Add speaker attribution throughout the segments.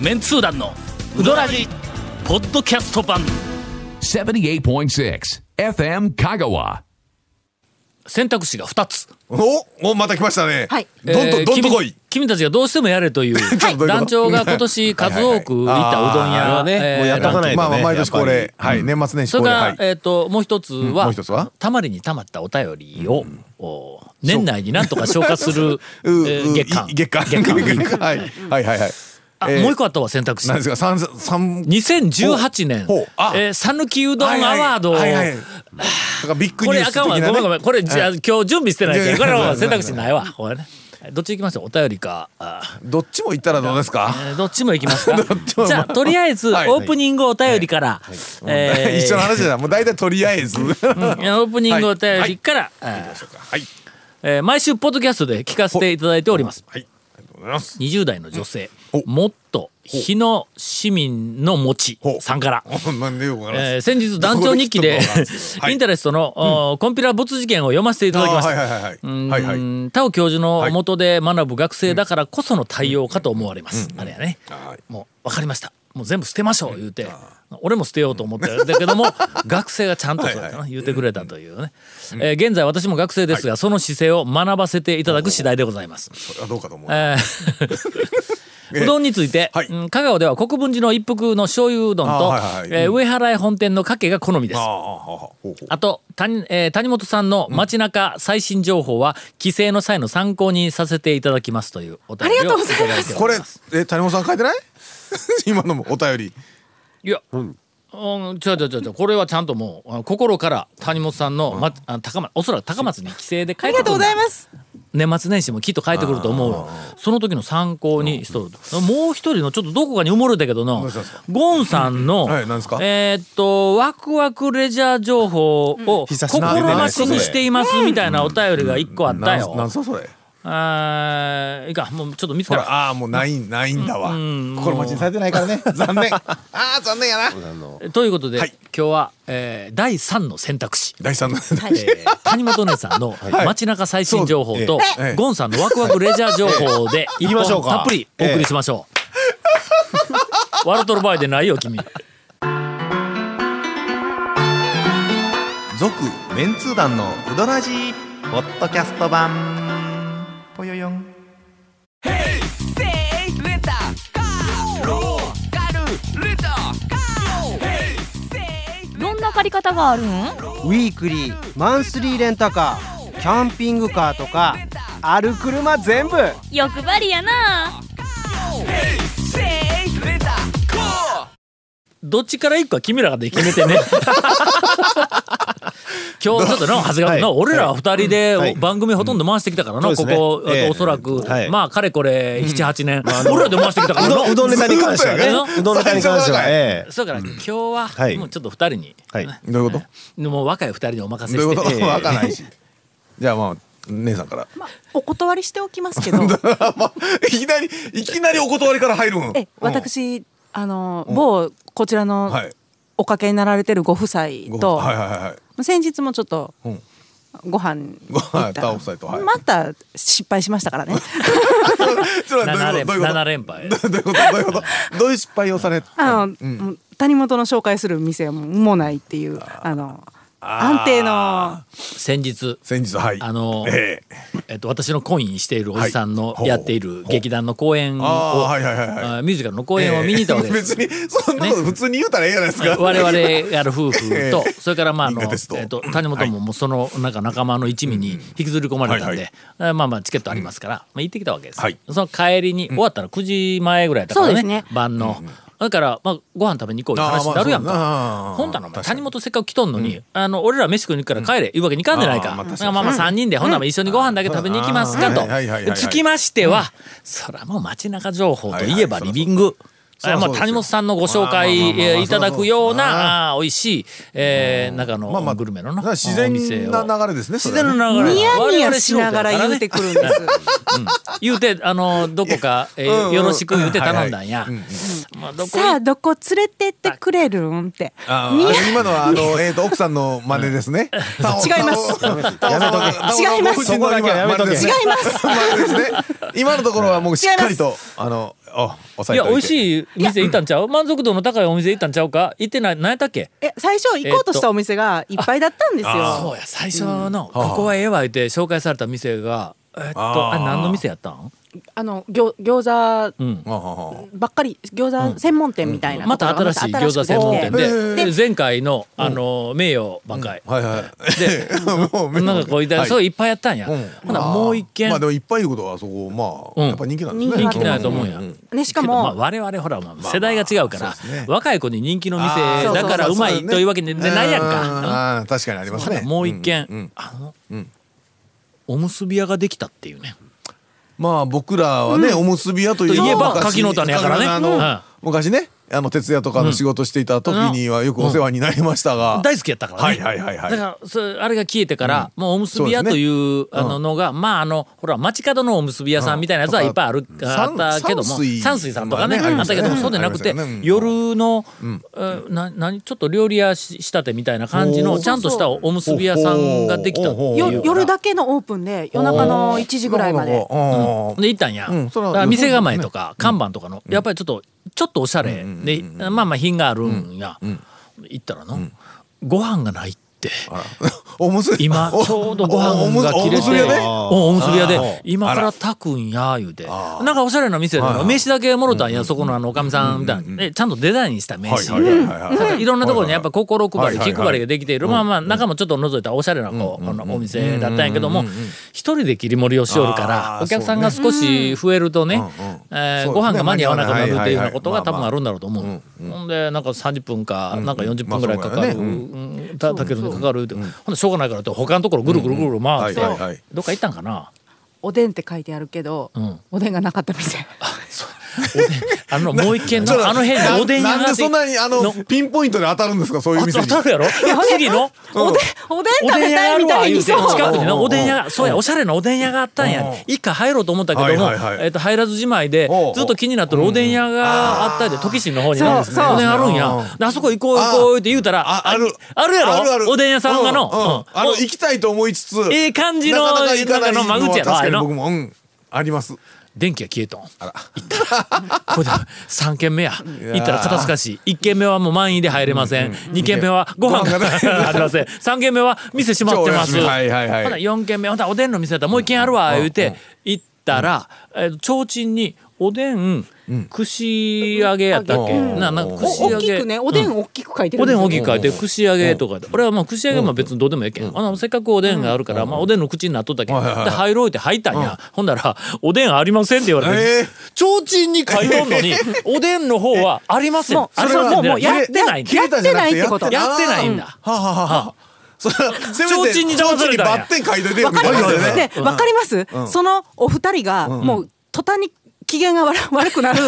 Speaker 1: メンツー団のウドラジポッドキャスト版
Speaker 2: 78.6 FM Kagawa.
Speaker 1: 選択肢が2つ
Speaker 3: おおまた来ましたね。
Speaker 4: はい
Speaker 3: どん
Speaker 1: え
Speaker 3: と
Speaker 1: ー
Speaker 3: どんと来い
Speaker 1: 君。君たちがどうしてもやれという
Speaker 3: ちょっとどういうこと
Speaker 1: 団長が今年数多くいたうどん
Speaker 5: あー
Speaker 1: 屋
Speaker 5: あれはねもうやっとかないとね
Speaker 3: まあまあ毎年恒
Speaker 5: やっ
Speaker 3: 例はい年末年始
Speaker 1: それ
Speaker 3: 恒
Speaker 1: か
Speaker 3: 例
Speaker 1: ら、
Speaker 3: はい。
Speaker 1: えっ、ともう一つは
Speaker 3: もう一つは
Speaker 1: たまりにたまったお便りを、お年内になんとか消化する、え
Speaker 3: うう
Speaker 1: ー月間
Speaker 3: い月間
Speaker 1: 月間
Speaker 3: はいはいはいはい。
Speaker 1: あ、
Speaker 3: えー
Speaker 1: もう一個あったわ選択肢
Speaker 3: なんですか三三
Speaker 1: 2018年
Speaker 3: ほうほうあ
Speaker 1: えー讃岐、うどんアワードを、
Speaker 3: はいはいはいはいだからビッグ
Speaker 1: こ
Speaker 3: ニュ
Speaker 1: れ
Speaker 3: ー
Speaker 1: あ
Speaker 3: ス
Speaker 1: かんわ
Speaker 3: 的な
Speaker 1: ごめんご
Speaker 3: ね。
Speaker 1: めんこれじゃあ今日準備してない
Speaker 3: いやい
Speaker 1: けど
Speaker 3: や
Speaker 1: これ
Speaker 3: いやい
Speaker 1: は
Speaker 3: や
Speaker 1: 選択肢ないわこれねどっち行きましょうお便りかあ
Speaker 3: どっちも行ったらどうですか。
Speaker 1: えーどっちも行きますか
Speaker 3: ちも
Speaker 1: じゃあとりあえずオ
Speaker 3: はい
Speaker 1: ープニングお便りから、えー
Speaker 3: 一緒の話じゃないもう大体とりあえず。 は
Speaker 1: うんオープニングお便りから、あー
Speaker 3: い
Speaker 1: えー毎週ポッドキャストで聞かせていただいております
Speaker 3: はいありがとうございます。
Speaker 1: 20代の女性
Speaker 3: お
Speaker 1: もっと日野市民の餅
Speaker 3: ほう
Speaker 1: さんから
Speaker 3: おなんでよくわからない
Speaker 1: えー
Speaker 3: です。
Speaker 1: 先日団長日記で
Speaker 3: どこで来たのかはい
Speaker 1: インタレストの、おコンピュラボツ事件を読ませていただきました、
Speaker 3: あーはいはいはいはい
Speaker 1: うん
Speaker 3: はいはい
Speaker 1: 田尾教授の下で学ぶ学生だからこその対応かと思われます、あれやね、
Speaker 3: はい
Speaker 1: もう分かりましたもう全部捨てましょう言うて、俺も捨てようと思ってだけども学生がちゃんとそうだな言うてくれたというね、えー現在私も学生ですが、その姿勢を学ばせていただく次第でございます
Speaker 3: それはどうかと思う。
Speaker 1: えーうどんについて、
Speaker 3: はい
Speaker 1: うん香川では国分寺の一服の醤油うどんと、
Speaker 3: あはいはいはい
Speaker 1: えー上原屋本店のかけが好みです
Speaker 3: あ。あああほうほう。
Speaker 1: あと谷,、えー谷本さんの街中最新情報は帰省の際の参考にさせていただきますというお便りを
Speaker 4: ありがとうございま
Speaker 1: ただ
Speaker 4: す
Speaker 1: ており
Speaker 3: これえ谷本さん書いてない 今のもお便り
Speaker 1: いや、うん、違う違う違う違うこれはちゃんともうあの心から谷本さんの、まあ高松おそらく高松に帰省で帰
Speaker 4: あ
Speaker 1: っ
Speaker 4: り
Speaker 1: てくる
Speaker 4: がとうございます。
Speaker 1: 年末年始もきっと帰ってくると思うよその時の参考にしとるともう一人のちょっとどこかに埋もれたけどな
Speaker 3: うしたんですか
Speaker 1: ゴンさんの、
Speaker 3: はい何ですか
Speaker 1: えーっとワクワクレジャー情報を
Speaker 3: 久しぶり
Speaker 1: 心待ちにしていますみたいなお便りが一個あった
Speaker 3: なんなん
Speaker 1: よ
Speaker 3: すかそれ
Speaker 1: あーいいかもうちょっと見つ
Speaker 3: ほ
Speaker 1: からら
Speaker 3: ああーもうないんないんだわ
Speaker 1: ん
Speaker 3: 心待ちにされてないからね残 念ああ残念やな
Speaker 1: ということで、
Speaker 3: はい
Speaker 1: 今日は、えー第3の選択肢
Speaker 3: 第三の
Speaker 4: はい
Speaker 1: えー谷本姉さんの街中最新情報と、
Speaker 3: ええ
Speaker 1: ゴンさんのワクワクレジャー情報で一
Speaker 5: きましょ
Speaker 1: 本
Speaker 5: うか
Speaker 1: たっぷりお送りしましょう。笑っとる場合でないよ君。
Speaker 3: 続
Speaker 5: メンツー団のうどらじポッドキャスト版ぽよよん
Speaker 6: どんな借り方があるん
Speaker 7: ウィークリーマンスリーレンタカーキャンピングカーとかある車全部
Speaker 6: 欲張りやな
Speaker 1: どっちから行くか君らがで決 めてね。今日ちょっとな長谷川君な
Speaker 5: はい
Speaker 1: 俺らは二人で
Speaker 5: はい
Speaker 1: 番組ほとんど回してきたからな、
Speaker 5: うん
Speaker 1: こ
Speaker 5: そうですね
Speaker 1: こ、あと
Speaker 5: ええ
Speaker 1: おそらく、
Speaker 5: はい
Speaker 1: まあかれこれ78年、俺らで回してきたから
Speaker 5: う
Speaker 1: な
Speaker 5: どんうどんネタに関しては
Speaker 1: ず
Speaker 5: ね
Speaker 1: っとやね
Speaker 5: うどんネタに関してはええ
Speaker 1: そうだから今日
Speaker 5: は
Speaker 1: はいもうちょっと二人に、
Speaker 5: はい
Speaker 3: どういうこ
Speaker 1: もう若い二人にお任
Speaker 3: と
Speaker 1: せ
Speaker 3: どういう
Speaker 1: し
Speaker 3: こ
Speaker 1: て
Speaker 3: とわかんないしじゃあまあ姉さんから
Speaker 4: まあ、お断りしておきますけど、
Speaker 3: まあいきなりいきなりお断りから入るん
Speaker 4: え、私、あの、某こちら
Speaker 3: うん
Speaker 4: の
Speaker 3: はい
Speaker 4: おかけになられてるご夫妻
Speaker 3: ご
Speaker 4: と、
Speaker 3: はいはいはいはい
Speaker 4: 先日もちょっと
Speaker 3: うん
Speaker 4: ご飯
Speaker 3: ご
Speaker 4: 行
Speaker 3: 飯
Speaker 4: ったら
Speaker 3: タオフサイトはい
Speaker 4: また失敗しましたから ね
Speaker 3: それ
Speaker 1: 7
Speaker 3: はどういう
Speaker 1: 連
Speaker 3: ことどういう
Speaker 1: 7連敗
Speaker 3: ことどういうことどういうことどういう失敗をされ
Speaker 4: あの、もう谷本の紹介する店はもうないっていうあの
Speaker 3: あー
Speaker 4: 安定の
Speaker 1: 先日
Speaker 3: 先日はい
Speaker 1: あの
Speaker 3: ええ
Speaker 1: えっと、私の婚姻しているおじさんの
Speaker 3: はい
Speaker 1: やっている劇団の公演を、
Speaker 3: あーはいはいはいはい
Speaker 1: あーミュージカルの公演を見に行ったわけです。
Speaker 3: 別にそんなこと普通に言うたらええじゃないですか、
Speaker 1: 我々やる夫婦と
Speaker 3: ええ
Speaker 1: それからまああの、
Speaker 3: 銀河鉄道
Speaker 1: えっと谷本ももうそのなんか仲間の一味に引きずり込まれたん
Speaker 3: はい
Speaker 1: で、あまあまあチケットありますから、まあ、行ってきたわけです、
Speaker 3: はい
Speaker 1: その帰りに終わったら9時前ぐらいだったから
Speaker 4: そ
Speaker 1: ね
Speaker 4: うですね
Speaker 1: 晩の、だからまあご飯食べに行こういう話になるやん
Speaker 3: あーま
Speaker 1: か
Speaker 3: あそうだな
Speaker 1: ほんだらお前谷本せっかく来とんのに、あの俺ら飯食いに行くから帰れ言うわけにいかんじゃないか、
Speaker 3: あーまあ確か
Speaker 1: まあ
Speaker 3: に
Speaker 1: まあまあ3人でほんなら一緒にご飯だけ食べに行きますかと
Speaker 3: うんはいはいはいはい
Speaker 1: つきましては、そらもう街中情報といえば
Speaker 3: はい
Speaker 1: リ
Speaker 3: はい
Speaker 1: ビング。
Speaker 3: そら
Speaker 1: あ
Speaker 3: そ
Speaker 1: ま
Speaker 3: う
Speaker 1: あ
Speaker 3: ですよ
Speaker 1: 谷本さんのご紹
Speaker 3: まあまあまあま
Speaker 1: 介
Speaker 3: あ
Speaker 1: いただくようなあー美味しい、えー、中
Speaker 3: まあま
Speaker 1: の
Speaker 3: あ
Speaker 1: グルメの
Speaker 3: だか
Speaker 1: な
Speaker 3: ら自然
Speaker 1: お店を
Speaker 3: な流れですねそ
Speaker 1: 自
Speaker 3: れはね
Speaker 1: 然な流れ
Speaker 4: ニヤニヤ
Speaker 1: 我々
Speaker 4: し
Speaker 1: 素人
Speaker 4: な
Speaker 1: や
Speaker 4: がら
Speaker 1: ね
Speaker 4: 言うてくるんです
Speaker 1: 言うてあのどこか、えー
Speaker 3: うんうん
Speaker 1: よろしく言うて頼んだんや、まあ、どこ
Speaker 4: さあどこ連れてってくれるんって
Speaker 3: あーあの今のはあの、えー、と奥さんの真似です ね。タオ
Speaker 4: 違います
Speaker 3: タオタオタオタオ
Speaker 4: 違います
Speaker 3: タ
Speaker 5: そ
Speaker 3: オタオ夫人の今
Speaker 5: こだけはやめとけ
Speaker 3: 真似ですね
Speaker 4: 違います
Speaker 3: 真似ですね今のところはもうしっかりとあのあ、抑
Speaker 1: い
Speaker 3: え
Speaker 1: や
Speaker 3: と
Speaker 1: 美
Speaker 3: い
Speaker 1: 味
Speaker 3: て。
Speaker 1: しい店行ったんちゃう満足度の高いお店行ったんちゃうか行ってない何やったっけ
Speaker 4: え最初行こうとしたお店がいっぱいだったんですよ、
Speaker 1: そうや最初の、ここはええわ言って紹介された店がえっとあ
Speaker 3: あー
Speaker 1: れ何の店やったん
Speaker 4: あの餃餃子
Speaker 1: うん
Speaker 3: あはは
Speaker 4: ばっかり餃子専門店みたいな
Speaker 1: ま
Speaker 4: とこ
Speaker 1: た
Speaker 4: ろが
Speaker 1: 新しい餃子専門店
Speaker 4: また新しくて
Speaker 3: へー
Speaker 1: でで前回のあの名誉ばかり
Speaker 3: はいはい。
Speaker 1: で
Speaker 3: もう目
Speaker 1: なんかこういった
Speaker 3: はい
Speaker 1: そういっぱいやったんや
Speaker 3: うん
Speaker 1: ほなもう一軒
Speaker 3: まあでもいっぱいいうことはそこま
Speaker 1: う
Speaker 3: あ
Speaker 1: ん
Speaker 3: やっぱ人気なんですね。
Speaker 1: 人気なんやと思うんや
Speaker 4: ねしか
Speaker 1: けどまあ
Speaker 4: も、
Speaker 1: 我々ほらまあ世代が違うから若い子に人気の店
Speaker 3: あー
Speaker 1: だからうまいというわけでないやん
Speaker 3: うん
Speaker 1: か
Speaker 3: あー確かにあります
Speaker 1: ほ
Speaker 3: ね
Speaker 1: な。もう一軒
Speaker 3: んうん
Speaker 1: あの
Speaker 3: ん
Speaker 1: おむすび屋ができたっていうね
Speaker 3: まあ僕らはね、おむすび屋という
Speaker 1: といえば
Speaker 3: 昔
Speaker 1: 柿の種やからね
Speaker 3: あの
Speaker 1: うん
Speaker 3: 昔ねあの徹夜とかの仕事していた時にはよくお世話になりましたが、
Speaker 1: 大好きやったからね
Speaker 3: はいはいはいはい
Speaker 1: だからそれあれが消えてから、もうおむすび屋
Speaker 3: そうで
Speaker 1: と
Speaker 3: すね
Speaker 1: いうあののが、まああのほら街角のおむすび屋さんみたいなやつは
Speaker 3: うん
Speaker 1: いっぱいある、
Speaker 3: とか
Speaker 1: あったけども
Speaker 3: 山水
Speaker 1: 山水さんとかね,、
Speaker 3: まあね
Speaker 1: あったけども、
Speaker 3: うん
Speaker 1: そうでなくて、
Speaker 3: ありますよねうん
Speaker 1: 夜の、えな何ちょっと料理屋し仕立てみたいな感じの
Speaker 3: おー
Speaker 1: ちゃんとしたおむすび屋さんができたっていうか
Speaker 3: おー
Speaker 1: ら
Speaker 4: よ夜だけのオープンで夜中の1時ぐらいまで。
Speaker 3: うん
Speaker 1: で行ったんや、
Speaker 3: うんそれは
Speaker 1: だから店構えとか看板とかの、やっぱりちょっとちょっとおしゃれ、でまあまあ品があるんや、行ったらの、ご飯がないって。
Speaker 3: おむすび
Speaker 1: 今
Speaker 3: お
Speaker 1: ちょうどご飯が切れ
Speaker 3: おむすび
Speaker 1: て
Speaker 3: 屋ね
Speaker 1: おおむすび屋
Speaker 3: あ
Speaker 1: で
Speaker 3: ー
Speaker 1: 今から炊くんや言うてなんかおしゃれな店で名刺だけもろたんやそこのあのおかみさんみたいなでちゃんとデザインした名
Speaker 3: はい
Speaker 1: 刺
Speaker 3: はいはいはいはい
Speaker 1: いろんなところにやっぱ心配り
Speaker 3: はいは
Speaker 1: 気
Speaker 3: いはい
Speaker 1: 配りができているまあまあ中もちょっと覗いたらおしゃれなこうあのお店だったんやけども一人で切り盛りをしよるから
Speaker 3: あー
Speaker 1: お客さんが少し増えるとね
Speaker 3: うんうん
Speaker 1: えー
Speaker 3: そう
Speaker 1: ご
Speaker 3: です
Speaker 1: 飯
Speaker 3: ね
Speaker 1: が間に合わなくなるっていうようなことが
Speaker 3: はいは
Speaker 1: 多
Speaker 3: いはい
Speaker 1: 分あるんだろうと思うほんでなんか30分かなんか40分ぐらいか
Speaker 3: まあ
Speaker 1: かる
Speaker 3: そうだよね
Speaker 1: うんたたけるのにかかるってほんでしょうがないからって他のところぐるぐるぐるぐる回って
Speaker 3: はいはいはい
Speaker 1: どっか行ったんかな
Speaker 4: おでんって書いてあるけど、
Speaker 1: ん
Speaker 4: おでんがなかった 店。
Speaker 1: あのもう一軒
Speaker 3: ちょっ
Speaker 1: の
Speaker 3: と
Speaker 1: あの辺でおでん屋
Speaker 3: ななん
Speaker 1: が
Speaker 3: でそんなにあのピンポイントで当たるんですかそういう
Speaker 1: あ
Speaker 3: 店に
Speaker 1: 当たるやろ次の
Speaker 4: おでん、おでん
Speaker 1: お
Speaker 4: 食
Speaker 1: でん
Speaker 4: べ
Speaker 1: 屋が
Speaker 4: た
Speaker 1: あ
Speaker 4: い
Speaker 1: る
Speaker 4: み
Speaker 1: わ言
Speaker 4: たいに
Speaker 1: うて
Speaker 4: そう。
Speaker 1: 近くにな
Speaker 3: うん
Speaker 1: おでん屋がそうやおしゃれなおでん屋があったんや
Speaker 3: うん
Speaker 1: 一回入ろうと思ったけども
Speaker 3: はいはいはい
Speaker 1: えっと入らずじまいで
Speaker 3: うん
Speaker 1: ずっと気になってるおでん屋があったりで時心の方にね
Speaker 4: そう
Speaker 1: お
Speaker 4: そう
Speaker 1: でんあるんやであそこ行こう行こうって言うたら
Speaker 3: あある
Speaker 1: あるや
Speaker 3: あるある
Speaker 1: ろおでん屋さんがの
Speaker 3: うんうん
Speaker 1: うん
Speaker 3: あの行きたいと思いつつ
Speaker 1: ええ感じの
Speaker 3: なかなか行かない
Speaker 1: なんかの間口やろ
Speaker 3: のは確
Speaker 1: あれ
Speaker 3: か
Speaker 1: の
Speaker 3: に僕もうんあります
Speaker 1: 電気が消えとん行ったらこれで3軒目や行ったら肩透かし1軒目はもう満員で入れません2軒目はご飯が
Speaker 3: ご飯が
Speaker 1: ありません3軒目は店閉まってます
Speaker 3: 超お休みはいはいはい
Speaker 1: ほな4軒目ほなおでんの店やったらもう1軒あるわ言うて行ったらえー提灯におでん串揚げやったっけ
Speaker 3: うん
Speaker 1: ななんか串
Speaker 4: お
Speaker 1: 揚
Speaker 4: 大き
Speaker 1: げ
Speaker 4: くね、おでん大きく書いてる
Speaker 1: おでん大き
Speaker 4: く。
Speaker 1: く書いて串揚げとかで俺はまあ串揚げは別にどうでもええけん、あのせっかくおでんがあるから、まあ、おでんの口になっとったけん、
Speaker 3: はいはいはい
Speaker 1: で入ろうって入ったんや、ほんなら「おでんありません」って言われて、
Speaker 3: ええ
Speaker 1: 提灯に書いとん のにおでんの方は「ありません」
Speaker 4: もう
Speaker 1: あり
Speaker 4: それ
Speaker 1: ま
Speaker 4: は
Speaker 1: せんって
Speaker 4: もう
Speaker 1: や
Speaker 4: や
Speaker 1: ってないんだ
Speaker 4: や
Speaker 3: 消えたんじゃなく
Speaker 4: やってないってこと
Speaker 1: やってないんだ。
Speaker 3: はあはあはあはあそれはせめ
Speaker 1: 提
Speaker 3: て
Speaker 1: 灯に騙されたんや
Speaker 3: 提灯にバッテン書いといて
Speaker 4: わかりま
Speaker 3: みたいな
Speaker 4: す。
Speaker 3: ね
Speaker 4: で、わかります。そのお二人が、もう途端に機嫌が悪悪くなる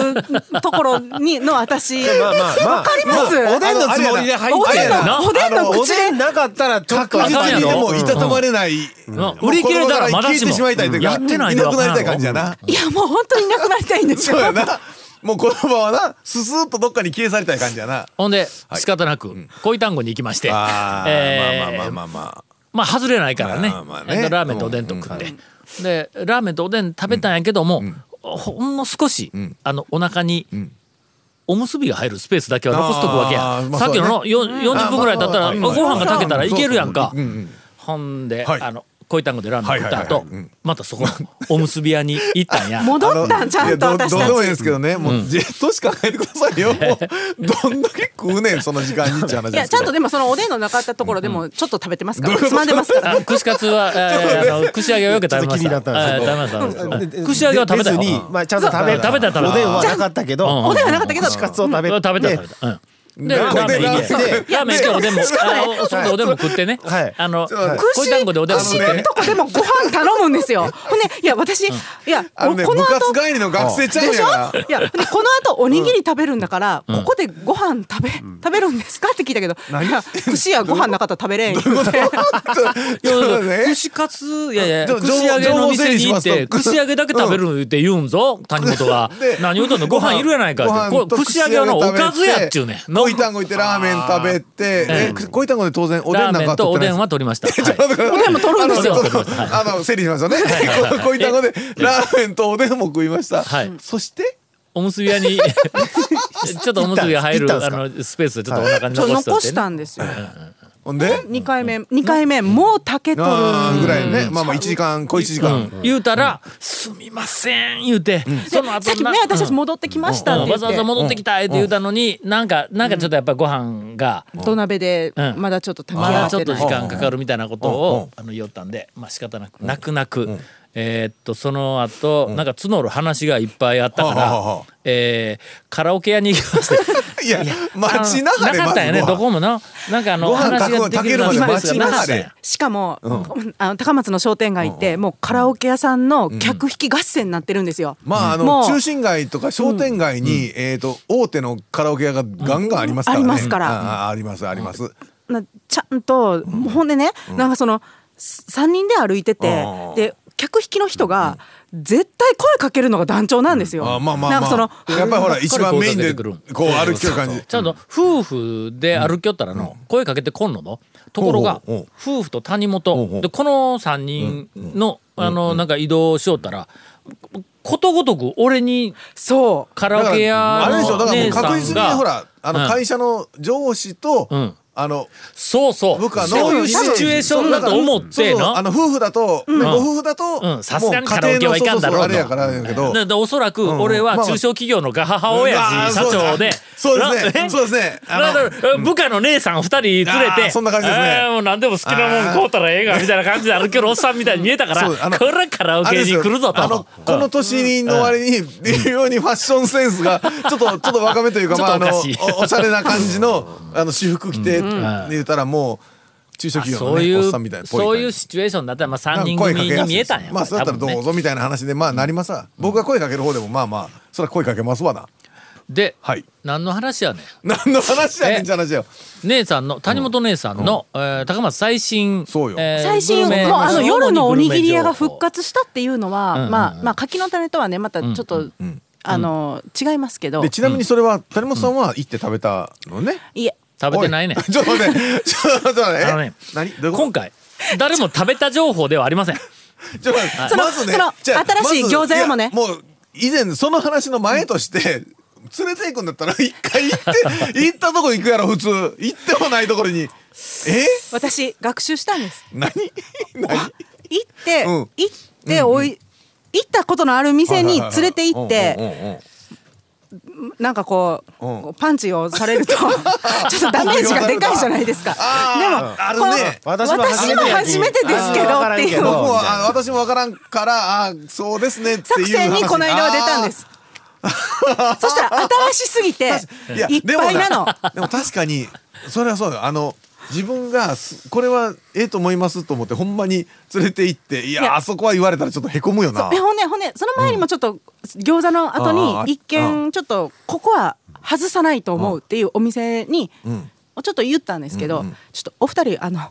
Speaker 4: ところにの私。
Speaker 7: まあまあまあ
Speaker 4: わかります。
Speaker 7: おでんのつもりで入っ
Speaker 4: お
Speaker 7: て
Speaker 4: でん
Speaker 7: や
Speaker 1: な
Speaker 4: の、おでんの
Speaker 7: お
Speaker 4: 口
Speaker 7: でん
Speaker 4: で。
Speaker 7: なかったらちょっと
Speaker 3: 確実にでもいたたまれない、
Speaker 1: な
Speaker 3: もう
Speaker 1: 売り切れたらまだし
Speaker 3: 消え
Speaker 1: も
Speaker 3: てしまいたいというか、
Speaker 1: やってない
Speaker 3: い
Speaker 1: で
Speaker 3: な
Speaker 1: わ
Speaker 3: く
Speaker 1: か
Speaker 3: な
Speaker 1: ら
Speaker 3: り
Speaker 1: んの
Speaker 3: たい感じやな、
Speaker 4: いや、もう本当になくなりたいんですよ
Speaker 3: そう。やなもう言葉はなススーッとどっかに消え去りたい感じやな
Speaker 1: ほんで仕方なく恋単語に行きまして、
Speaker 3: あー、
Speaker 1: えー
Speaker 3: まあまあまあまあまあ
Speaker 1: まあ外れないからね,、
Speaker 3: まあまあね
Speaker 1: ラーメンとおでんと食って、でラーメンとおでん食べたんやけども、ほんの少し、
Speaker 3: ん
Speaker 1: あのお腹に、おむすびが入るスペースだけは残しとくわけや、
Speaker 3: あーまあ
Speaker 1: さっきの
Speaker 3: そう
Speaker 1: の、よ40分ぐらい経ったら、
Speaker 3: あーま
Speaker 1: ご
Speaker 3: あま
Speaker 1: 飯
Speaker 3: あ
Speaker 1: が炊けたらいけるやんか、
Speaker 3: うんうん
Speaker 1: ほんで、
Speaker 3: はい
Speaker 1: あの恋単語でラーメン食った後、
Speaker 3: はいはいはいはいうん
Speaker 1: またそこのおむすび屋に行ったんや
Speaker 4: 戻っ
Speaker 3: あ
Speaker 4: た
Speaker 3: の
Speaker 4: んちゃんと
Speaker 3: いやど
Speaker 4: 私
Speaker 3: どうでもいい
Speaker 4: た
Speaker 3: で
Speaker 4: ち。
Speaker 3: すけどね、もうジェットしか考えてください よ。もうどんだけ食うねん、その時間にって話ですけど。
Speaker 4: いやちゃんとでもそのおでんのなかったところでもちょっと食べてますからつまんでますか
Speaker 1: あ
Speaker 4: ら
Speaker 1: 串カツは、えーあの串揚げはよく食べました
Speaker 7: ちょっと気になったんですけど
Speaker 1: あー食べました食べました串揚げは食べたよ
Speaker 7: 別にまあちゃんと食べ
Speaker 1: 食べた食べた
Speaker 7: おでんはなかったけど
Speaker 1: うん
Speaker 4: おでんはなかったけど
Speaker 7: 串カツを食べ
Speaker 1: 食べた食べた、うんで、ラーメン行
Speaker 7: ラーメン行
Speaker 1: っ、
Speaker 7: って
Speaker 1: ラーメン行っておでんも、あおそこでおでんも食ってね
Speaker 7: はい、
Speaker 1: あの、
Speaker 3: はい
Speaker 1: こいたんこでおでんも食
Speaker 4: 串
Speaker 1: っ
Speaker 4: の
Speaker 1: てね。
Speaker 4: とこでもご飯頼むんですよほんでいや私いや
Speaker 3: あ
Speaker 4: こ
Speaker 3: のね、
Speaker 4: の
Speaker 3: 部活
Speaker 4: 後
Speaker 3: 帰りの学生ちゃう
Speaker 4: でし
Speaker 3: や
Speaker 4: ょ
Speaker 3: から。
Speaker 4: いやでこの後おにぎり食べるんだから、ここでご飯食べ、食べるんですかって聞いたけどいや串やご飯なかったら食べれん言うて
Speaker 1: いや
Speaker 3: ちょっとね
Speaker 1: 串カツ、いやいや、
Speaker 3: ちょっと
Speaker 1: 串揚げの店に
Speaker 3: 情
Speaker 1: 行
Speaker 3: 報
Speaker 1: っ
Speaker 3: 整理
Speaker 1: て、
Speaker 3: しますと
Speaker 1: 串揚げだけ食べるって言うんぞ、谷本が
Speaker 3: で。
Speaker 1: 何言うとんのご飯いるやない
Speaker 3: ご
Speaker 1: かっ
Speaker 3: 飯
Speaker 1: て。これ
Speaker 3: と
Speaker 1: 串揚げはのおかずやっちゅうね。の
Speaker 3: こいたんご行ってラーメン食べて、ねこいたんごで当然おで
Speaker 1: ラ
Speaker 3: ん
Speaker 1: ー
Speaker 3: なん
Speaker 1: メン
Speaker 3: か
Speaker 1: とおでん
Speaker 3: は
Speaker 1: は取りまし た。はい
Speaker 4: おでんも取るんですよ
Speaker 3: あのちょっとあの整理しましょうね。こいたんごでラーメンとおでんも食いました。
Speaker 1: はい
Speaker 3: そして
Speaker 1: おむすび屋に ちょっとおむすびが入
Speaker 3: 行
Speaker 1: る
Speaker 3: った
Speaker 1: あ
Speaker 3: んですか
Speaker 1: のスペースちょっとお腹に
Speaker 4: ちょっと
Speaker 1: 残しと
Speaker 4: 残
Speaker 1: って、ね、
Speaker 4: したんですよ
Speaker 3: ほんで
Speaker 4: 2回目2回目もう竹取る
Speaker 3: あーぐらいねまあまあ1時間小1時間
Speaker 1: うん言うたら「すみません」言うて、その
Speaker 4: でさっ
Speaker 1: 後
Speaker 4: きね
Speaker 1: な
Speaker 4: 私たち戻ってきましたって言
Speaker 1: わ
Speaker 4: っ
Speaker 1: ざわざ
Speaker 4: て
Speaker 1: 戻ってきたって言うたのに、なんかなんかちょっとやっぱりご飯が、
Speaker 4: 土鍋で
Speaker 1: うん
Speaker 4: まだちょっと炊
Speaker 1: ま
Speaker 4: き上が
Speaker 1: だ
Speaker 4: っ
Speaker 1: ちょってと
Speaker 4: な
Speaker 1: 時
Speaker 4: い
Speaker 1: 間かかるみたいなこと
Speaker 3: うんう
Speaker 1: を
Speaker 3: ん
Speaker 1: あの言ったんでまあ仕方なく泣く泣くえーっとその後なんか募る話がいっぱいあったか
Speaker 3: うんうんうん
Speaker 1: らえーカラオケ屋に行きまして
Speaker 3: いや待ちながれ
Speaker 1: なかったよね
Speaker 3: まずご飯
Speaker 1: どこもななんかあの
Speaker 3: ご飯
Speaker 1: 話ができるようなスペースがなかったんや
Speaker 4: しかも、あの高松の商店街ってもうカラオケ屋さんの客引き合戦になってるんですよ。
Speaker 3: まああ
Speaker 4: も
Speaker 3: の
Speaker 4: う
Speaker 3: 中心街とか商店街にえっと大手のカラオケ屋がガンガンありますからね
Speaker 4: ありますから
Speaker 3: あーありますあります
Speaker 4: なちゃんと、もうほんでね、なんかその3人で歩いてて、
Speaker 3: うん
Speaker 4: で客引きの人が絶対声かけるのが団長なんですよ。
Speaker 3: あーまあま
Speaker 4: な
Speaker 3: あ
Speaker 4: ん
Speaker 3: ま
Speaker 4: かその
Speaker 3: あやっぱりほら 一番メイン
Speaker 1: 声か
Speaker 3: で
Speaker 1: けてくる
Speaker 3: こう歩きよる感じ
Speaker 1: ちゃんと夫婦で歩きよったらの、声かけてこんののところが
Speaker 3: ほうほう
Speaker 1: 夫婦と谷
Speaker 3: ほうほ
Speaker 1: 本
Speaker 3: う
Speaker 1: でこの3人のあのなんか移動しよったらことごとく俺に
Speaker 4: そう
Speaker 1: カ
Speaker 3: だ
Speaker 1: ラ
Speaker 3: か
Speaker 1: オケ
Speaker 3: ら
Speaker 1: 屋
Speaker 3: あれでしょだ
Speaker 1: の
Speaker 3: からも
Speaker 1: 姉
Speaker 3: う
Speaker 1: さんが
Speaker 3: 確実にほらあ
Speaker 1: う
Speaker 3: の
Speaker 1: ん
Speaker 3: 会社の上司と
Speaker 1: うん
Speaker 3: あの
Speaker 1: そうそう
Speaker 3: 部下の
Speaker 1: そういうシチュエーションだと思って
Speaker 3: そうそうあ
Speaker 1: な
Speaker 3: の夫婦だと、ご夫婦だと、
Speaker 1: うんさすがにカラオケはいかんだろうと
Speaker 3: も家庭のそうそうそうあれやからやけど、
Speaker 1: だだおそらく俺は中小企業の母親父社長で
Speaker 3: そうです
Speaker 1: な
Speaker 3: ね
Speaker 1: え
Speaker 3: そうですねあ
Speaker 1: だか
Speaker 3: の
Speaker 1: ら部下の姉さん二人連れ
Speaker 3: あ
Speaker 1: て
Speaker 3: ーそんな感じですね
Speaker 1: あーもう何でも好きなもん買うたらええがみたいな感じで歩けるおっさんみたいに見えたから
Speaker 3: そうあの
Speaker 1: これカラオ
Speaker 3: あ
Speaker 1: ケ
Speaker 3: れです
Speaker 1: に
Speaker 3: よ
Speaker 1: 来るぞ
Speaker 3: あの
Speaker 1: と。
Speaker 3: この年の割に微妙にファッションセンスがちょっとちょっと若めというか
Speaker 1: ちょっ
Speaker 3: ま
Speaker 1: と
Speaker 3: ああの
Speaker 1: おかしい
Speaker 3: おおしゃれな感じのあの私服着て言うたらもう中小企業
Speaker 1: そ
Speaker 3: の、
Speaker 1: う
Speaker 3: ね、
Speaker 1: い
Speaker 3: お
Speaker 1: う
Speaker 3: っさんみたいなぽい感
Speaker 1: そう
Speaker 3: じ
Speaker 1: いうシチュエーションだったらまあ
Speaker 3: な
Speaker 1: 三
Speaker 3: ん
Speaker 1: 人
Speaker 3: か声か
Speaker 1: 組
Speaker 3: けや
Speaker 1: に
Speaker 3: すい
Speaker 1: 見えたんや
Speaker 3: まあそうだったらどうぞみたいな話でまあなりますわ、僕が声かける方でもまあまあそれは声かけますわな
Speaker 1: で
Speaker 3: はい
Speaker 1: 何の話やねん
Speaker 3: 何の話やねんじゃ話よ
Speaker 1: 姉さんの谷本姉さんの、えー高松最新
Speaker 3: そうよ
Speaker 1: えー
Speaker 4: 最新
Speaker 1: グルメ
Speaker 4: もうあの夜のおにぎり屋
Speaker 1: グ
Speaker 4: が
Speaker 1: ルメ情
Speaker 4: 復
Speaker 1: 報
Speaker 4: 活したっていうのは、
Speaker 1: うん
Speaker 4: まあまあ柿の種とはねまたちょっと、あの違いますけど
Speaker 3: でちなみにそれは谷本さんは行って食べたのね、
Speaker 4: いえ
Speaker 1: 食べてないねん
Speaker 3: お ちょっと待ってちょっと待って
Speaker 1: あのね
Speaker 3: え何どういうこと
Speaker 1: 今回誰も食べた情報ではありません
Speaker 3: ちょっと待って
Speaker 4: その
Speaker 3: まずね
Speaker 4: その
Speaker 3: じゃあ
Speaker 4: 新しい
Speaker 3: まず
Speaker 4: 餃子屋もね
Speaker 3: いやもう以前その話の前として、連れて行くんだったら一回行って 行ったとこ行くやろ普通行ってもないところにえ
Speaker 4: 私学習したんです
Speaker 3: 何何
Speaker 4: 行って、
Speaker 3: うん
Speaker 4: 行っておい、行ったことのある店に連れて行っ
Speaker 3: うんう
Speaker 4: て
Speaker 3: んうんうん
Speaker 4: なんかこう
Speaker 3: うん
Speaker 4: こうパンチをさ れるとちょっとダメージがでかいじゃないですか。でも
Speaker 3: あるね
Speaker 4: こう私は初めてですけどっていう
Speaker 3: 僕もあ 私もわからんからあそうですねってい
Speaker 4: 作
Speaker 3: う
Speaker 4: 戦にこの間は出たんです。そしたら新しす ぎて
Speaker 3: あー
Speaker 4: いっぱいなの。
Speaker 3: でもでも確かにそれはそうよあの自分がすこれはええと思いますと思ってほんまに連れて行っていや
Speaker 4: いや
Speaker 3: あそこは言われたらちょっとへこむよな
Speaker 4: えほんでほんでその前にもちょっと餃子の後
Speaker 3: あー
Speaker 4: に一見ちょっとここは外さないと思うっていうお店に
Speaker 3: ん
Speaker 4: ちょっと言ったんですけど、ちょっとお二人あの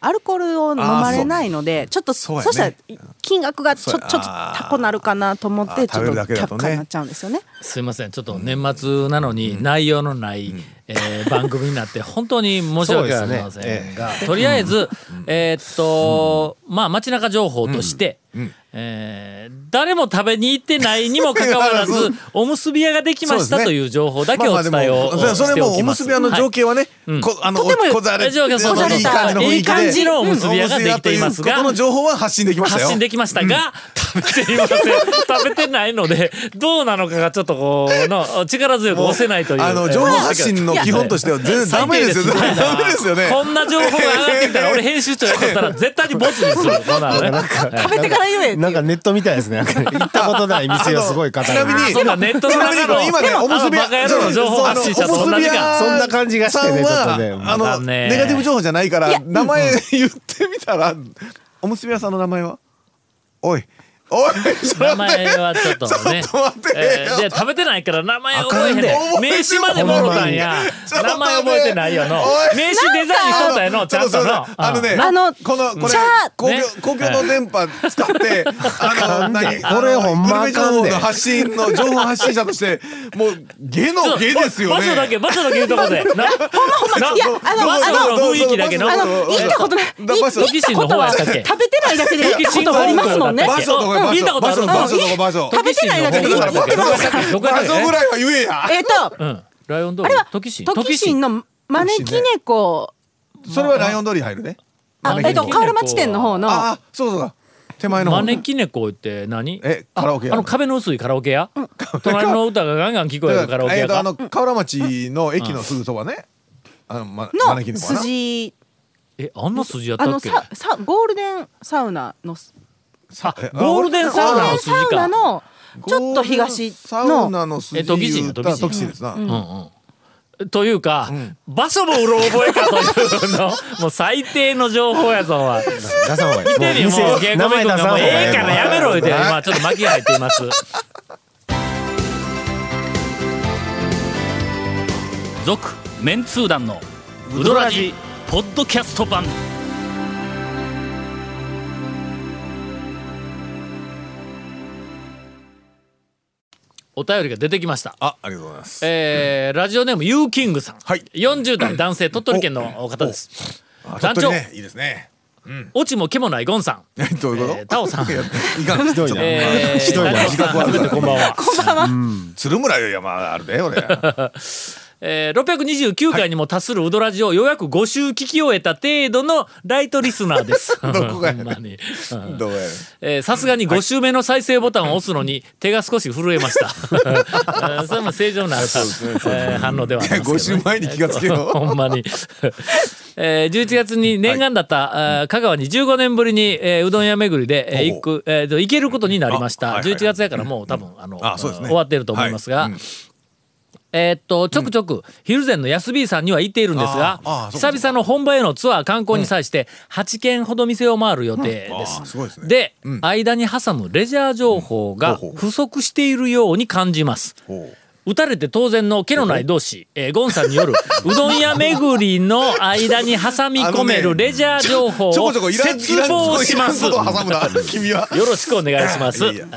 Speaker 4: アルコールを飲まれないのでちょっと
Speaker 3: そう
Speaker 4: そ
Speaker 3: やね
Speaker 4: したら金額がちょ
Speaker 3: そ
Speaker 4: ちょ
Speaker 3: う
Speaker 4: っ
Speaker 3: や
Speaker 4: とタコなるかなと思っ
Speaker 3: あー
Speaker 4: てちょ
Speaker 3: 食
Speaker 4: っと
Speaker 3: べるだけだ
Speaker 4: 却
Speaker 3: とね
Speaker 4: 下になっちゃうんですよね。
Speaker 1: すいませんちょっと年末なのに内容のない、えー番組にな って本当に申し訳ありませんが、とりあえず、えーっと、まあ街中情報として、えー誰も食べに行ってないにもかかわら
Speaker 3: そう
Speaker 1: ずおむすび屋ができまし
Speaker 3: そうです
Speaker 1: た
Speaker 3: ね
Speaker 1: という情報だけ
Speaker 3: ま
Speaker 1: お
Speaker 3: あ
Speaker 1: 伝
Speaker 3: まあ
Speaker 1: え
Speaker 3: でも
Speaker 1: をしておきます。
Speaker 3: それもおむすび屋の
Speaker 1: はい
Speaker 3: 情景はね、こあの
Speaker 4: とても
Speaker 3: こざれ
Speaker 1: え情景は
Speaker 3: そ
Speaker 1: そうう
Speaker 4: そう
Speaker 3: いい感じ
Speaker 1: いい感じの
Speaker 3: の雰囲気で
Speaker 1: おむすび屋ができていますが
Speaker 3: おむすび屋とうことの情報は発信できましたよ
Speaker 1: 発信できましたが、食べていません食べてないのでどうなのかがちょっとこうの力強く押せないという
Speaker 3: あの情報発信の基本としては全然ダメですよ
Speaker 1: 最低
Speaker 3: ダメですよね
Speaker 1: こんな情報が上がってきたら俺編集長やっとったら絶対にボツにするこんなのね
Speaker 4: 食べてから言えっていう
Speaker 8: なんかネットみたいですね。な んか行ったことない店をすごい語る。
Speaker 3: ちなみに
Speaker 1: そんなネットの中の
Speaker 3: ちなみに今ねおむすび
Speaker 1: あのバカ野郎の情報発信者と
Speaker 3: お
Speaker 1: 同
Speaker 3: むす
Speaker 1: じ
Speaker 3: び
Speaker 1: か
Speaker 3: 屋
Speaker 8: そんな感じがしてね
Speaker 3: さんは
Speaker 8: ちょっとね
Speaker 3: あ
Speaker 1: まだ
Speaker 3: の
Speaker 1: ね
Speaker 3: ネガティブ情報じゃないから名前言ってみたらおむすび屋さんの名前はおいおいち
Speaker 1: 名
Speaker 3: ょっと待って
Speaker 1: 前はちょっとね
Speaker 3: ちょっと待って
Speaker 1: えーで食べてないから名前覚えへんね
Speaker 3: あかんで
Speaker 1: 名刺までもろたんや
Speaker 3: ちょっと待っ
Speaker 1: 名
Speaker 3: て
Speaker 1: 前覚えてないよの
Speaker 3: おい
Speaker 1: 名刺デザインしとったらいのちゃんと
Speaker 3: ょっすい
Speaker 1: の
Speaker 3: ませんあのね
Speaker 4: あの
Speaker 3: このこれ
Speaker 4: じゃあ
Speaker 3: 公
Speaker 1: ね
Speaker 3: 共公共の電波使ってあの何
Speaker 8: これほん
Speaker 3: グ
Speaker 8: ま
Speaker 3: ルメ
Speaker 8: あ
Speaker 3: 情
Speaker 8: かん
Speaker 3: 報
Speaker 8: で
Speaker 3: の発信の情報発信者としてもう芸
Speaker 1: ちょ
Speaker 3: の
Speaker 1: っと
Speaker 3: 芸ですよ
Speaker 1: 場所だ
Speaker 3: ね
Speaker 1: け場所だけ言うとこでな
Speaker 4: ないやあの
Speaker 1: どうぞ
Speaker 4: あの
Speaker 1: どうぞ雰囲気だけの
Speaker 4: あの
Speaker 3: どうぞ
Speaker 4: 行ったことないい
Speaker 3: だ
Speaker 4: 行
Speaker 3: 場
Speaker 4: っ
Speaker 3: 所
Speaker 4: たことは
Speaker 1: 好奇心の方やった
Speaker 4: 食
Speaker 1: っ
Speaker 4: べ
Speaker 1: け
Speaker 4: てないだけで行ったことはありますもんね
Speaker 1: 好
Speaker 3: 場
Speaker 1: 奇心
Speaker 3: 所とか
Speaker 1: 見たことあ
Speaker 3: 場
Speaker 1: る
Speaker 3: 所場所とか場所
Speaker 4: 食べてないだけで
Speaker 1: 好奇
Speaker 4: 行
Speaker 1: 心の方
Speaker 4: ったことはあります
Speaker 1: どこや
Speaker 3: 場
Speaker 1: ね
Speaker 3: 所ぐらいは言えや
Speaker 4: えっと
Speaker 1: うんライオン通り
Speaker 4: あれは
Speaker 1: 時心
Speaker 4: 時心の招き猫
Speaker 3: それはライオン通り入るね
Speaker 4: あえっと
Speaker 1: 招き猫
Speaker 4: 河原町店の方の
Speaker 3: ああそうそうだ手前の方
Speaker 1: 招き猫って何
Speaker 3: えカラオケ
Speaker 1: あ
Speaker 3: 屋
Speaker 1: の壁の薄いカラオケ屋隣の歌がガンガン聞こえるカラオケ
Speaker 3: え
Speaker 1: 屋
Speaker 3: っと
Speaker 1: か
Speaker 3: あの河原町の駅のすぐそばねあのま
Speaker 4: の
Speaker 3: 招き猫かな
Speaker 4: 筋
Speaker 1: えあんな筋やっ
Speaker 4: あ
Speaker 1: たっ
Speaker 4: の
Speaker 1: け
Speaker 4: ささゴールデンサウナの
Speaker 1: あゴールデンサウナの筋
Speaker 4: サウナ
Speaker 1: か
Speaker 4: のちょっと東
Speaker 3: サウ
Speaker 4: の
Speaker 3: ナの筋
Speaker 1: え時事
Speaker 3: 言うたら
Speaker 1: 時事
Speaker 3: 時事ですな、
Speaker 1: というか、場所もうろ覚えかというのもう最低の情報やぞお前
Speaker 8: 出さんほうがいい。
Speaker 1: 見てみもう
Speaker 8: 店
Speaker 1: 芸
Speaker 8: 名
Speaker 1: 込み君
Speaker 8: 前出
Speaker 1: が
Speaker 8: さんほ
Speaker 1: もう
Speaker 8: うがいい。
Speaker 1: ええからやめろ言うて今ちょっと巻き入っています続メンツー団のウドラジポッドキャスト版お便りが出てきました
Speaker 3: あありがとうございます
Speaker 1: えーラジオネームユーキングさん、
Speaker 3: はい
Speaker 1: 40代男性鳥取県の方です
Speaker 3: あ
Speaker 1: 団
Speaker 3: 鳥
Speaker 1: 長
Speaker 3: 取ねいいですね
Speaker 1: オチも毛もないゴンさん、
Speaker 3: どういうこと、
Speaker 1: えータオ さん
Speaker 3: いかん
Speaker 8: ひどいな。
Speaker 1: えー
Speaker 8: ひどいな。
Speaker 1: 団長さん
Speaker 8: はこんばんは。
Speaker 3: 鶴村よりはまああるで俺
Speaker 1: えー、629回にも達するウドラジをようやく5周聞き終えた程度のライトリスナーです。
Speaker 3: どこがやねん
Speaker 1: ほんまにうん
Speaker 3: どうやら
Speaker 1: えーさすがに5周目の再生ボタンを押すのに手が少し震えました。えーそれも正常な、えー反応ではありますけどね
Speaker 3: 5週前に気がつけよ
Speaker 1: ほんまに。えー、11月に念願だった、あー香川に15年ぶりに、えーうどん屋巡りで、えー
Speaker 3: ほう
Speaker 1: 行く、えーと行けることになりました。
Speaker 3: あはいはい
Speaker 1: 11月やからもう多分、あの、
Speaker 3: あそうですね
Speaker 1: 終わってると思いますが、
Speaker 3: はいうん
Speaker 1: えーっとちょくちょく昼前の安 B さんには行っているんですが
Speaker 3: あーあーそうか
Speaker 1: 久々の本場へのツアー観光に際して8軒ほど店を回る予定
Speaker 3: うん
Speaker 1: で
Speaker 3: あー
Speaker 1: す。
Speaker 3: すごいですね
Speaker 1: で、間に挟むレジャー情報が
Speaker 3: ほうほう
Speaker 1: 不足しているように感じます。
Speaker 3: ほう
Speaker 1: 打たれて当然の毛のない同士、えーゴンさんによる うどん屋巡りの間に挟み込め
Speaker 3: あの
Speaker 1: る
Speaker 3: ね
Speaker 1: レジャー情報を
Speaker 3: ちょこちょこいらん
Speaker 1: 絶望します。
Speaker 3: いらんことを挟むな 君は
Speaker 1: よろしくお願いします。え
Speaker 3: いやいや
Speaker 1: ー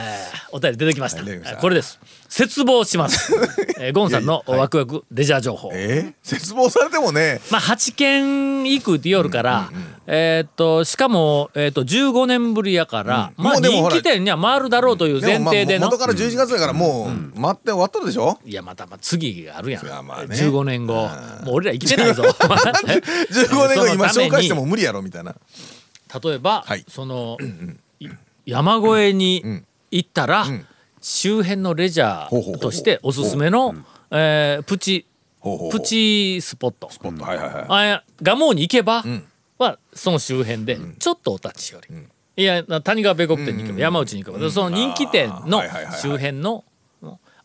Speaker 1: お便り出てきました。
Speaker 3: はい出てきました
Speaker 1: これです。切望し ます。えーゴンさんの
Speaker 3: いやいや
Speaker 1: ワクワクレジャー情報。
Speaker 3: えー、絶望されてもね
Speaker 1: まあ8件行くって夜から、えーっとしかもえーっと15年ぶりやから、
Speaker 3: うん
Speaker 1: まあ
Speaker 3: もうでも
Speaker 1: 人
Speaker 3: ほら
Speaker 1: 気店には回るだろうという前提で
Speaker 3: もまあ
Speaker 1: の。
Speaker 3: 元から11月だからもう待って終わったでしょ、
Speaker 1: いやまたまあ次があるやん。
Speaker 3: そりゃまあね
Speaker 1: 15年後、もう俺ら生きてない ぞ。
Speaker 3: 15年後 今
Speaker 1: そのために
Speaker 3: 紹介しても無理やろみたいな
Speaker 1: 例えば、
Speaker 3: はい
Speaker 1: その、い山越えに
Speaker 3: ん
Speaker 1: 行ったら、
Speaker 3: ん
Speaker 1: 周辺のレジャ
Speaker 3: ほう
Speaker 1: ー
Speaker 3: ほうほう
Speaker 1: としておすすめの、えープチ
Speaker 3: ほうほうほう
Speaker 1: プチスポット
Speaker 3: もっとはいはいはい
Speaker 1: あいや蒲生に行けば、はその周辺でちょっとお立ち寄り、いやな谷川米国店に行けば、山内に行けば、でその人気店の
Speaker 3: あーはいはいはいはい
Speaker 1: 周辺の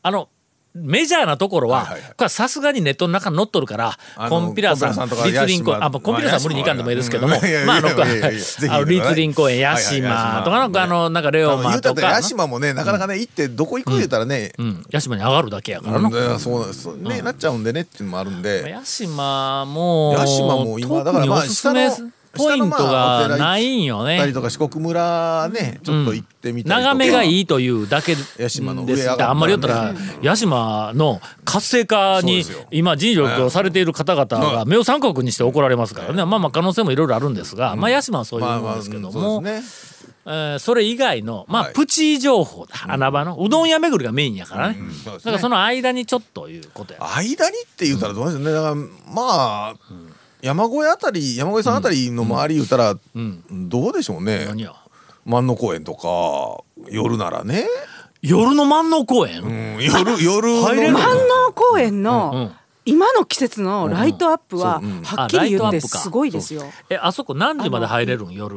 Speaker 1: あのメジャーなところは、
Speaker 3: はいはいはい
Speaker 1: これはさすがにネットの中に載っとるから、
Speaker 3: あの
Speaker 1: コンピラさん、
Speaker 3: コンピラさんとか
Speaker 1: 立林公園、
Speaker 3: ヤシマ
Speaker 1: あ、もうコンピラさんは無理に行かんでもいいですけども
Speaker 3: うんいやいやい、や
Speaker 1: まあ、あの、
Speaker 3: いやいやいやぜひ
Speaker 1: あの立林公園、ヤシマとか、なんか、あ
Speaker 3: はいはい
Speaker 1: の、なんか、レオ
Speaker 3: あの言
Speaker 1: マ
Speaker 3: うた
Speaker 1: と
Speaker 3: って
Speaker 1: か
Speaker 3: 屋、島もねなかなかね行ってどこ行く言うたらね、
Speaker 1: うん、ヤシマに上がるだけやから
Speaker 3: うん
Speaker 1: な。
Speaker 3: でそうですね、なっちゃうんでねっていうのもあるんで、
Speaker 1: 屋島も
Speaker 3: 屋島も今だからまあ
Speaker 1: 特におすすめ
Speaker 3: 下
Speaker 1: ポイ
Speaker 3: の
Speaker 1: ント
Speaker 3: 下のま
Speaker 1: が
Speaker 3: あ
Speaker 1: ないんよ
Speaker 3: 行ったり
Speaker 1: ね
Speaker 3: とか四国村ねちょっと行ってみたりとか、
Speaker 1: 眺めがいいというだけで
Speaker 3: 屋
Speaker 1: す
Speaker 3: 島の上上が
Speaker 1: っ
Speaker 3: った
Speaker 1: て
Speaker 3: らね
Speaker 1: あんまり言ったら屋島の活性化に
Speaker 3: そうですよ
Speaker 1: 今尽力をされている方々が目を三角にして怒られますからねまあまあ可能性もいろいろあるんですがまあ屋島はそういう
Speaker 3: まあ
Speaker 1: も
Speaker 3: ま
Speaker 1: の
Speaker 3: あ
Speaker 1: ですけど
Speaker 3: そ
Speaker 1: も
Speaker 3: うですね
Speaker 1: えーそれ以外のまあ
Speaker 3: はい
Speaker 1: プチ情報だ穴場のうどん屋巡りがメインやからね
Speaker 3: うんそう
Speaker 1: だ
Speaker 3: です
Speaker 1: か
Speaker 3: ね
Speaker 1: らその間にちょっということや
Speaker 3: 間にって言うたらどうなんでしょうねだからまあ、山越えあたり山越えさんあたりの周り言うたら、どうでしょうね
Speaker 1: 何や
Speaker 3: 万能公園とか夜ならね、
Speaker 1: 夜の万能公園
Speaker 3: うん、夜夜の
Speaker 1: 入れる
Speaker 4: 万
Speaker 1: の
Speaker 4: 能公園
Speaker 1: うんう
Speaker 4: の
Speaker 1: ん
Speaker 4: 今の季節のライトアップは
Speaker 3: うんうん
Speaker 4: はっきり言
Speaker 1: あライトア
Speaker 4: っ
Speaker 1: ッ
Speaker 4: て
Speaker 1: プか
Speaker 4: すごいですよ。
Speaker 1: えあそこ何時まで入れるん夜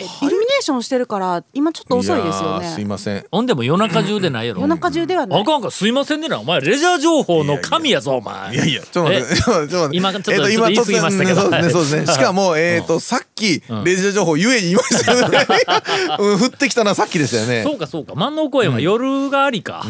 Speaker 4: えイルミネーションしてるから今ちょっと遅いですよ
Speaker 3: やーすい
Speaker 4: ね。
Speaker 3: ません
Speaker 1: ほんでも夜中中でないやろ
Speaker 4: 夜中中ではな
Speaker 1: あ
Speaker 4: い。
Speaker 1: かんかすいませんねなお前レジャー情報の神やぞお前
Speaker 3: いやいや、ちょっと待って、ちょっと待って。
Speaker 1: 今ちょっと
Speaker 3: え
Speaker 1: ちょっと言い過ぎましたけど
Speaker 3: 突然ねそうですね、そうですね。しかも、えっと、さっき、レジャー情報、ゆえ言いましたよ ね。うん降ってきたのはさっきでしたよ
Speaker 1: そ
Speaker 3: ね。
Speaker 1: うかそうか万能公園は夜がありか、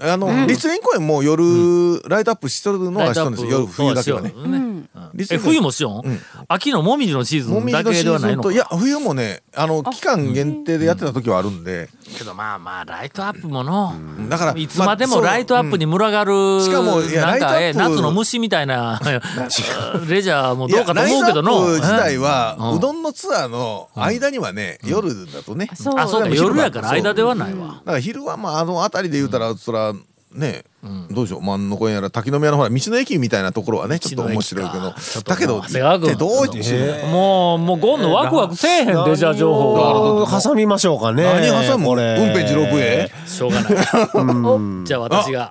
Speaker 3: あの、立林公園も夜、ライトアップしとるの
Speaker 1: ラ
Speaker 3: は
Speaker 1: イ
Speaker 3: し
Speaker 1: ト
Speaker 3: と
Speaker 1: ア
Speaker 3: るん
Speaker 1: ッ
Speaker 3: で
Speaker 1: プ
Speaker 3: すよ。夜、冬だけはね
Speaker 1: そう。しようね
Speaker 3: リス
Speaker 1: え
Speaker 3: ン
Speaker 1: 冬もしよん、秋のもみじのシーズ
Speaker 3: も
Speaker 1: ン
Speaker 3: みじ
Speaker 1: だ
Speaker 3: のシ
Speaker 1: けでは
Speaker 3: ー
Speaker 1: ない
Speaker 3: ズ
Speaker 1: の
Speaker 3: ン
Speaker 1: か
Speaker 3: といや冬もねあの期間限定でやってた時はあるんで、
Speaker 1: けどまあまあライトアップもの、
Speaker 3: だから
Speaker 1: いつまでもライトアップに群がる、
Speaker 3: しかもいや
Speaker 1: なんか
Speaker 3: ラ
Speaker 1: え
Speaker 3: イトアップ
Speaker 1: 夏の虫みたい なレジャーもどうかと思うけどの
Speaker 3: いやライトアップ自体は、
Speaker 1: うん
Speaker 3: うどんのツアーの間にはね、夜だとね、
Speaker 4: そう
Speaker 1: あそうか
Speaker 3: でも昼間
Speaker 1: 夜やから間ではない
Speaker 3: だ
Speaker 1: わ、
Speaker 3: から昼はまああの辺りで言うたら、そらねどうしよう万の公園やら滝の宮のほら道の駅みたいなところはねちょっと面白いけどだけど
Speaker 1: 長谷川
Speaker 3: 行って
Speaker 1: 君
Speaker 3: どうしてしない
Speaker 1: もうもうゴンのワクワクせえへんレジャー情報が
Speaker 8: 何を挟みましょうかね
Speaker 3: 何挟む
Speaker 8: こ
Speaker 3: 運
Speaker 8: れ
Speaker 3: 転時ロープウェイ
Speaker 1: しょうがないおじゃあ私が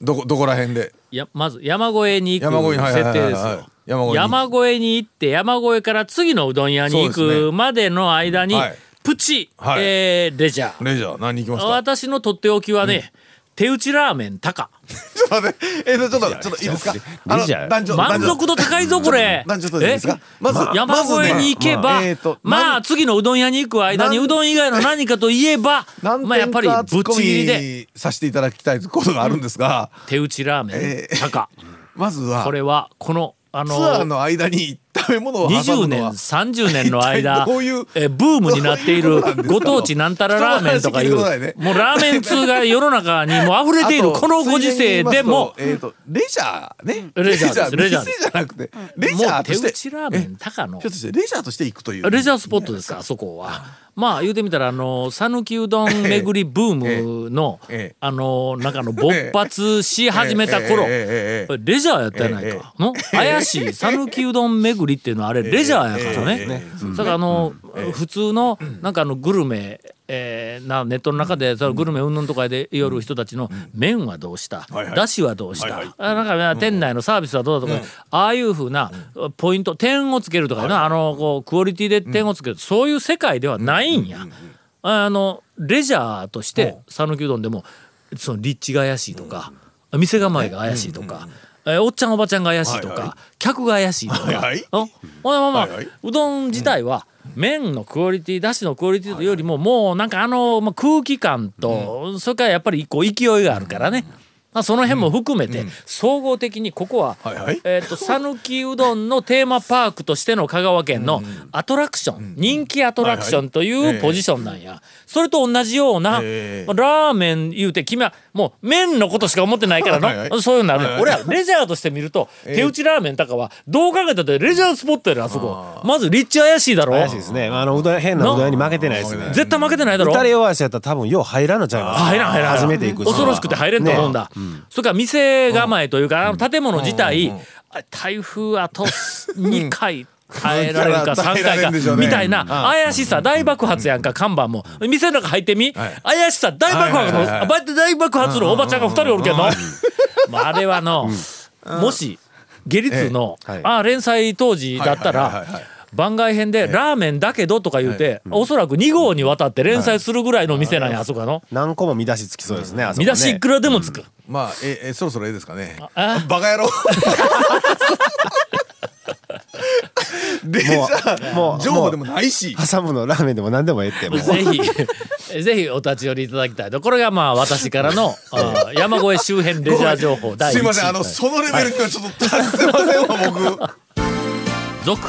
Speaker 3: どこどこら辺で
Speaker 1: やまず山越えに行
Speaker 3: 山越
Speaker 1: く
Speaker 3: えにはいはい
Speaker 1: 設
Speaker 3: はい
Speaker 1: 定
Speaker 3: は
Speaker 1: で
Speaker 3: い
Speaker 1: すよ
Speaker 3: 山越えに
Speaker 1: 山越えに行って山越えから次のうどん屋に行
Speaker 3: そうです
Speaker 1: くまでの間に
Speaker 3: はい
Speaker 1: プチ、
Speaker 3: はい
Speaker 1: えーレジャー
Speaker 3: レジャー何に行きました
Speaker 1: 私のとっておきはね、手打ちラーメン高
Speaker 3: ちょっと待ってえっとちょっとちょっといいですかあの
Speaker 8: レジャー
Speaker 3: 男女
Speaker 1: 満
Speaker 3: 男女
Speaker 1: 足度高いぞこれ
Speaker 3: 男女とでいいですかまず
Speaker 1: 山
Speaker 3: まず
Speaker 1: 越
Speaker 3: ね
Speaker 1: えに行けば、ま
Speaker 3: ま
Speaker 1: あ
Speaker 3: あえーと
Speaker 1: 次のうどん屋に行く間に
Speaker 3: なん
Speaker 1: うどん以外の何かといえ ば
Speaker 3: 何
Speaker 1: まあやっぱりぶっちぎりで
Speaker 3: でさせていただきたいことがあるんですが、
Speaker 1: 手打ちラーメン
Speaker 3: えー
Speaker 1: 高、
Speaker 3: まずは
Speaker 1: これはこのあ
Speaker 3: ツアー
Speaker 1: の
Speaker 3: の間に食べ物を挟
Speaker 1: 20
Speaker 3: むの
Speaker 1: 年
Speaker 3: は
Speaker 1: 30年の間
Speaker 3: 一体どういう
Speaker 1: えーブームになってい
Speaker 3: どう
Speaker 1: る
Speaker 3: いうことなんですか
Speaker 1: ご当地なんたらラーメンとかい
Speaker 3: 人
Speaker 1: う
Speaker 3: の話聞いてくださいね
Speaker 1: もうラーメン通が世の中にもう溢れている
Speaker 3: あと
Speaker 1: このご時世でも
Speaker 3: ついでに言いますとえーとレジャーね
Speaker 1: レジャーですレジャーで
Speaker 3: 店
Speaker 1: す
Speaker 3: じゃなくてレジ
Speaker 1: も
Speaker 3: ャー
Speaker 1: う
Speaker 3: と
Speaker 1: 手
Speaker 3: して
Speaker 1: 打ちラーメン高の
Speaker 3: ひょっとしてレジャーとして行くという
Speaker 1: レジャースポットですか、あそこは。まあ言うてみたらあの讃岐うどん巡りブームの、
Speaker 3: ええええ
Speaker 1: あの中の勃発し始めた頃、
Speaker 3: ええええええええ
Speaker 1: これレジャーやったやないか、
Speaker 3: え
Speaker 1: の怪しい讃岐うどん巡りっていうのはあれレジャーやからね、
Speaker 3: えええええ
Speaker 1: だからあの、普通のなんかあのグルメ、えーなネットの中でそのグルメ云々とかでよる人たちの麺はどうした、
Speaker 3: はいはい
Speaker 1: だしはどうした、
Speaker 3: はいはい
Speaker 1: あなんかね店内のサービスはどうだとか、ああいうふうなポイント点をつけるとかいうのはあのこうクオリティで点をつける、そういう世界ではないんや。あのレジャーとして讃岐うどんでもその立地が怪しいとか、店構えが怪しいとか、えーおっちゃんおばちゃんが怪しいとか、
Speaker 3: はいは
Speaker 1: 客が怪しいとか、
Speaker 3: はいはい
Speaker 1: うんほんでまあまあ
Speaker 3: はいはいう
Speaker 1: どん自体は麺のクオリティだしのクオリティというよりももうなんかあのまあ空気感とそれからやっぱりこう勢いがあるからね。まあその辺も含めて総合的にここは
Speaker 3: はいはい
Speaker 1: えっと讃岐うどんのテーマパークとしての香川県のアトラクション人気アトラクションと
Speaker 3: はい
Speaker 1: い
Speaker 3: は
Speaker 1: う
Speaker 3: い
Speaker 1: ポジションなんやそれと同じような
Speaker 3: え
Speaker 1: まあラーメン言うて君はもう麺のことしか思ってないから
Speaker 3: はいは
Speaker 1: の
Speaker 3: い
Speaker 1: そういうのある
Speaker 3: はいはい
Speaker 1: 俺はレジャーとして見ると手打ちラーメンとかはどう考えたってレジャースポットやろあそこまず立地怪しいだろ
Speaker 8: 怪しいですねあのうどん変なうどん屋に負けてないですね
Speaker 1: 絶対負けてないだろ
Speaker 8: 打たれ弱い人やったら多分よう入らなちゃいます
Speaker 1: 入らん入らん
Speaker 8: 初めて行く人は
Speaker 1: 恐ろしくて入れんと思うんだ、それから店構えというか、あの建物自体、あ台風あと2回 耐えられるか
Speaker 3: うん耐
Speaker 1: 3
Speaker 3: えら
Speaker 1: 回
Speaker 3: れ
Speaker 1: か
Speaker 3: んでしょうね
Speaker 1: みたいな怪しさ大爆発やんか看板も店の中入ってみ
Speaker 3: はい
Speaker 1: 怪しさ大爆
Speaker 3: はい
Speaker 1: 発
Speaker 3: はいはい
Speaker 1: の大爆発のおばちゃんが2人おるけどのまああれはのもし下律の
Speaker 8: ええはい
Speaker 1: あ連載当時だった
Speaker 3: はいはい
Speaker 1: ら
Speaker 3: はいはい
Speaker 1: 番外編で「ラーメンだけど」とか言うておそらく2号にわたって連載するぐらいの店なんやあそこはの。
Speaker 8: 何個も見出しつきそうですねあそこ
Speaker 1: 見
Speaker 8: ね
Speaker 1: 出しいくらでもつく。
Speaker 3: まあええそろそろええですかね
Speaker 1: あ
Speaker 3: バカ野郎レジャー
Speaker 8: もうもう
Speaker 3: 情報でもないし
Speaker 8: 挟むのラーメンでも何でもええってもう
Speaker 1: ぜひ、 ぜひお立ち寄りいただきたいと。これがまあ私から のあー山越え周辺レジャー情報第1
Speaker 3: す
Speaker 1: 位。
Speaker 3: いませんあのそのレベルにはちょっと達せませんわ僕
Speaker 1: 続、